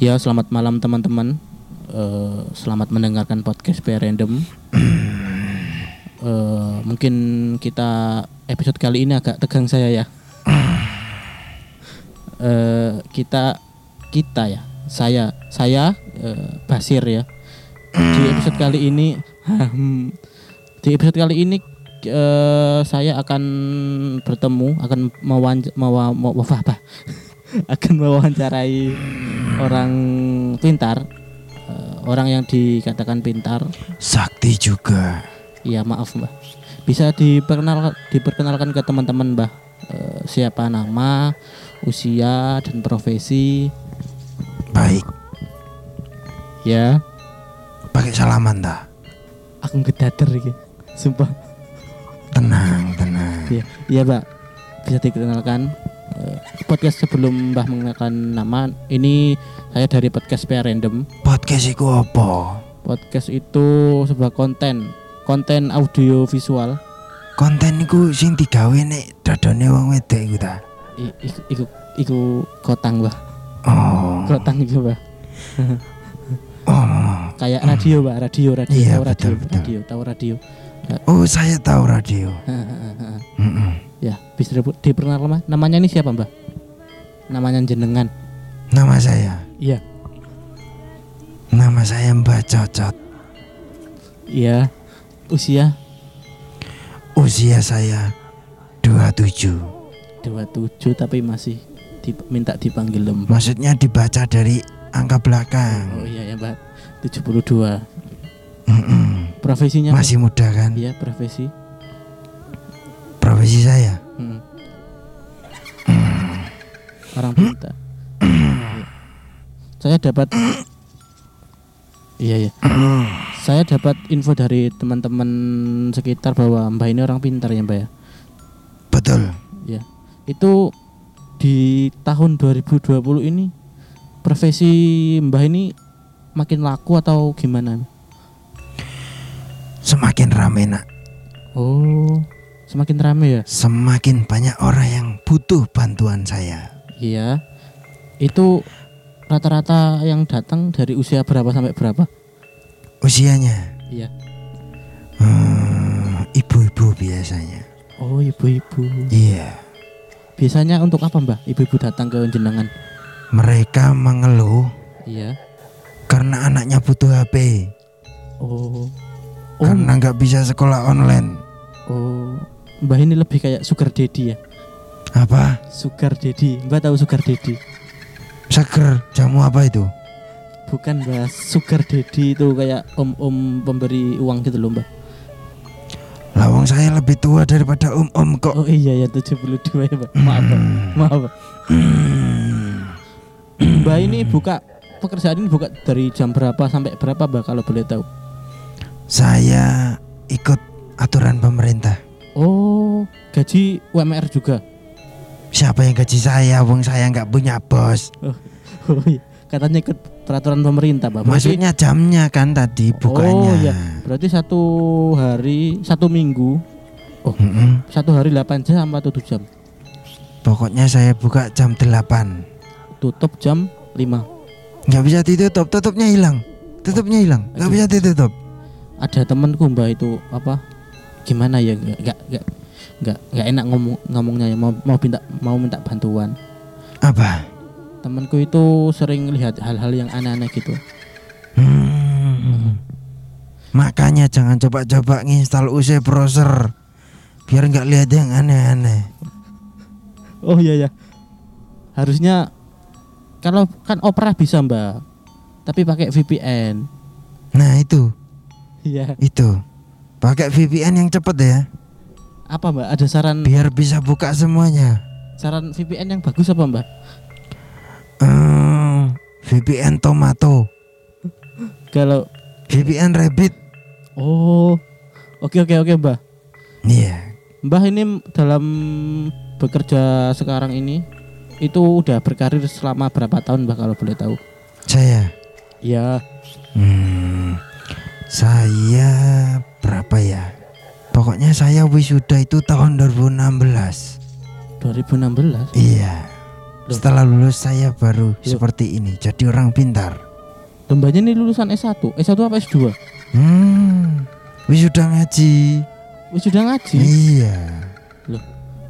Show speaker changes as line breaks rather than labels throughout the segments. Ya, selamat malam teman-teman. Eh, selamat mendengarkan podcast PR Random. Eh, mungkin kita episode kali ini agak tegang saya ya. Eh, kita kita ya, saya saya eh, Basir ya. Di episode kali ini di episode kali ini eh, saya akan bertemu akan mewanc- mewa, mewa, apa? akan mewawancarai orang pintar eh, orang yang dikatakan pintar
Sakti juga.
ya maaf mbah bisa diperkenal diperkenalkan ke teman-teman mbah Eh, siapa nama usia dan profesi
Baik,
ya
pakai salaman dah.
aku ngedader iki sumpah
Tenang, tenang.
ya ya mbak bisa dikenalkan Eh, podcast sebelum mbah mengenalkan nama ini saya dari podcast PR random
Podcast iku apa?
podcast itu sebuah konten konten audio visual
Konten iku sing digawe nek dodone wong wedok iku ta.
I- iku iku iku kotang bah
Oh.
kotang juga bah
Oh.
kayak radio bah radio radio tahu
Iya,
radio
betul, betul.
radio tahu radio
Oh, saya tahu radio. Mm-mm.
ya bisa dibu- diperkenalkan Mbah. namanya ini siapa mbah namanya jenengan
Nama saya.
iya
Nama saya Mbak Cocot.
iya usia
Usia saya 27.
27 tapi masih dip- minta dipanggil lembah
Maksudnya dibaca dari angka
oh
belakang.
iya ya mbah 72
Mm-mm.
profesinya Mbah?
Masih muda kan?
iya profesi
Profesi saya
Mm. Orang pintar. Iya. Saya dapat Iya iya. Saya dapat info dari teman-teman sekitar bahwa Mbak ini orang pintar ya, Mbak ya.
betul.
Iya. Itu di tahun 2020 ini profesi Mbah ini makin laku atau gimana?
Semakin rame nak.
Oh, semakin rame ya.
semakin banyak orang yang butuh bantuan saya.
Iya. Itu rata-rata yang datang dari usia berapa sampai berapa?
Usianya
Iya.
eh, ibu-ibu biasanya.
Oh, ibu-ibu.
Iya,
Biasanya untuk apa, Mbah? Ibu-ibu datang ke jenengan.
mereka mengeluh
Iya.
karena anaknya butuh HP,
Oh. Oh,
karena nggak bisa sekolah online.
oh. Mbah ini lebih kayak sugar daddy ya.
Apa?
Sugar daddy. Mbah tahu sugar daddy?
Seger jamu apa itu?
Bukan, Mbah. Sugar daddy itu kayak om-om pemberi uang gitu loh, Mbah.
Lawang saya lebih tua daripada om-om kok.
Oh iya ya 72 ya, Mbah. Maaf, Mbah. Maaf. Mbah. Mbah ini buka pekerjaan ini buka dari jam berapa sampai berapa, Mbah kalau boleh tahu?
Saya ikut aturan pemerintah.
Oh, gaji UMR juga.
Siapa yang gaji saya? Wong saya nggak punya bos.
Oh iya. Katanya ikut peraturan pemerintah, Pak. Berarti-
Maksudnya jamnya kan tadi bukannya.
Oh iya. Berarti satu hari, satu minggu,
Mm-mm.
satu hari 8 jam sama 7 jam.
Pokoknya saya buka jam 8
Tutup jam 5.
Nggak bisa ditutup, tutupnya hilang Tutupnya hilang, nggak
Aduh.
bisa ditutup
Ada temanku Mbak itu apa? Gimana ya? Nggak nggak nggak nggak, nggak enak ngomong ngomongnya ya. mau mau minta mau minta bantuan.
Apa?
Temanku itu sering lihat hal-hal yang aneh-aneh gitu.
Hmm. Makanya jangan coba-coba nginstal UC browser Biar nggak lihat yang aneh-aneh
Oh iya ya. Harusnya kalau kan Opera bisa, Mbak. Tapi pakai VPN.
Nah itu,
Iya.
itu Pakai VPN yang cepet ya
Apa, Mbak? Ada saran
Biar bisa buka semuanya
saran VPN yang bagus apa, Mbak?
Hmm, VPN Tomato
Kalau
VPN Rabbit
oh. Oke oke oke, Mbak.
Iya
Mbah ini dalam bekerja sekarang ini itu udah berkarir selama berapa tahun, Mbah kalau boleh tahu?
Saya Iya.
Ya,
Hmm, saya berapa ya? Pokoknya saya wisuda itu tahun 2016.
2016.
Iya.
Loh.
Setelah lulus saya baru seperti ini, jadi orang pintar.
Dombanya ini lulusan S1, S1 apa S2?
Hmm, wisuda ngaji.
Wis sudah ngaji.
Iya,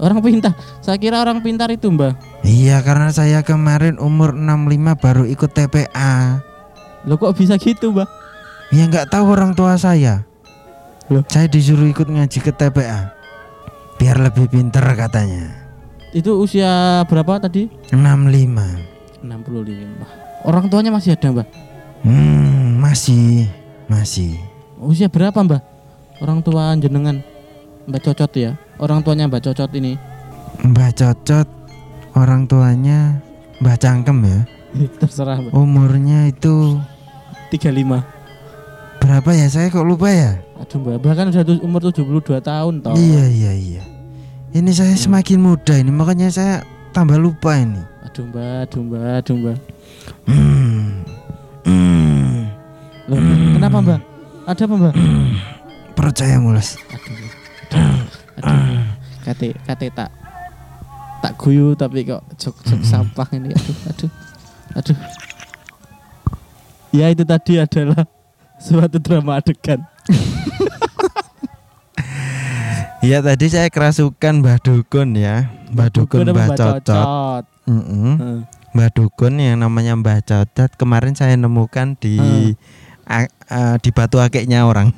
Orang pintar. Saya kira orang pintar itu, Mbah.
iya karena saya kemarin umur 65 baru ikut TPA.
Loh kok bisa gitu, Mbah?
Ya nggak tahu orang tua saya.
Loh.
Saya disuruh ikut ngaji ke TPA. Biar lebih pinter katanya.
Itu usia berapa tadi?
65.
65. Orang tuanya masih ada, Mbah.
Hmm, masih, masih.
Usia berapa, Mbah? Orang tua jenengan. Mbak Cocot ya. Orang tuanya Mbak Cocot ini.
Mbak Cocot orang tuanya Mbak Cangkem ya.
Terserah, Mbah.
Umurnya itu
35.
berapa ya? Saya kok lupa ya?
Aduh, Mbah, Mbah kan udah tu- umur 72 tahun toh.
Iya, iya, iya. Ini saya semakin muda ini, makanya saya tambah lupa ini.
Aduh, Mbah, aduh, Mbah, aduh, Mbah.
Hmm. Hmm.
Loh, kenapa, Mbah? Ada apa, Mbak?
Percaya mulus.
aduh aduh aduh kate kate tak tak guyu tapi kok jok jok
Hmm.
sampah ini aduh aduh aduh ya itu tadi adalah suatu drama adegan
Iya, tadi saya kerasukan Mbah Dukun ya. Mbah
Gua
Dukun,
udah
Mbah
membaca
Cocot. Hmm.
cocot.
Mm-mm.
Heeh.
Mbah Dukun yang namanya Mbah Cocot kemarin saya nemukan di a- a- di batu akiknya orang.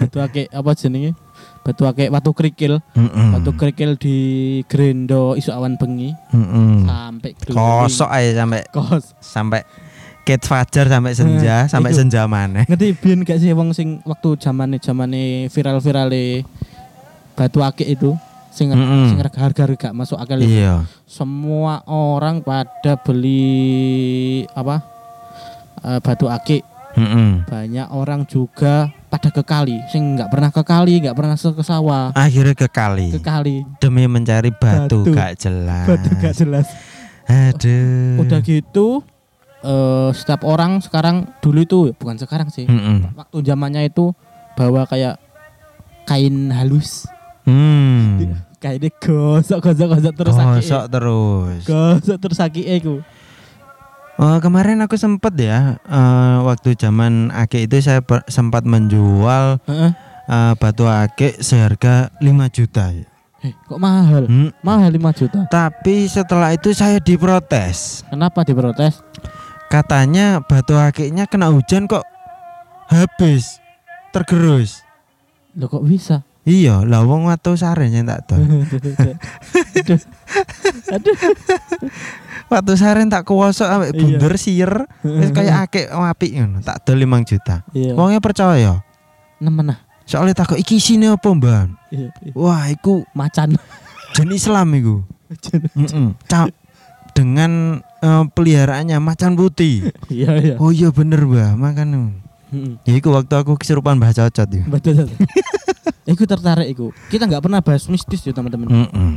batu akik apa jenenge batu akik batu kerikil
Mm-mm.
batu kerikil di grendo isu awan bengi
Mm-mm.
sampai keliling.
Kosok aja sampai
kos
sampai Kate Fajar sampai
Eh,
senja, sampai
itu.
senja mana?
ngerti biyen gak sih wong sing waktu zamane zamane viral virale batu akik itu sing
Mm-mm.
sing harga harga gak masuk akal itu.
Iya.
semua orang pada beli apa eh, batu akik
Mm-mm.
banyak orang juga pada ke kali sing nggak pernah ke kali nggak pernah se- ke sawah
Akhirnya ke kali
ke kali
demi mencari batu,
Batu.
gak jelas.
batu gak jelas
Aduh.
udah gitu eh, setiap orang sekarang dulu itu bukan sekarang sih
Mm-mm.
waktu zamannya itu bawa kayak kain halus
Hmm.
kainnya gosok gosok gosok terus
Gosok terus.
sakit gosok terus sakit iku
Oh, kemarin aku sempet ya eh, waktu zaman ake itu saya per- sempat menjual
Heeh.
eh, batu ake seharga 5 juta. ya.
Eh, kok mahal
Hmm.
mahal 5 juta
Tapi setelah itu saya diprotes.
kenapa diprotes
Katanya batu akiknya kena hujan kok habis tergerus.
lo kok bisa
Iya, lah wong watu saren yang tak tahu.
aduh
Watu saren tak kuwasok ambek
Iya.
bunder sier. Wis kaya akik apik ngono, tak dol 5 juta.
iya
Wongnya percaya.
nemen ah
Soalnya takut iki sini apa, Mbak?
Iya, iya.
Wah, iku
macan
jen Islam iku. Mm-mm. Ca- dengan eh, peliharaannya macan putih.
iya iya
Oh iya bener, Mbak. Makan.
Mm-mm.
Ya iku waktu aku kesurupan Mbah Cocot ya.
betul betul. Iku tertarik iku. Kita nggak pernah bahas mistis ya teman-teman.
Mm-mm.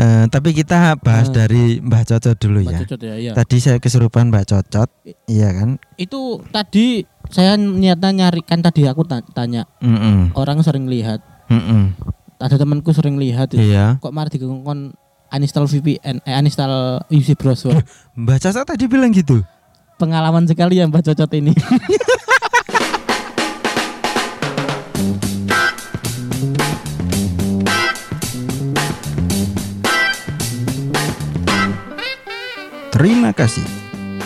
Eh, tapi kita bahas
Eh.
dari Mbah Cocot dulu
Pak
ya.
Cucut ya, iya.
Tadi saya kesurupan Mbah Cocot, iya kan?
Itu tadi saya niatnya nyarikan tadi aku ta- tanya
Mm-mm.
orang sering lihat.
Mm-mm.
Ada temanku sering lihat.
Iya.
Kok malah digongkon uninstall VPN, eh uninstall UC browser.
Mbah Cocot tadi bilang gitu.
Pengalaman sekali ya Mbak Cocot ini.
Terima kasih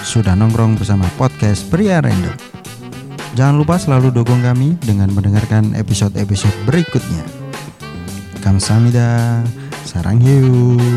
sudah nongkrong bersama podcast Pria Random. Jangan lupa selalu dukung kami dengan mendengarkan episode-episode berikutnya. Kamsahamnida, sarang hiu.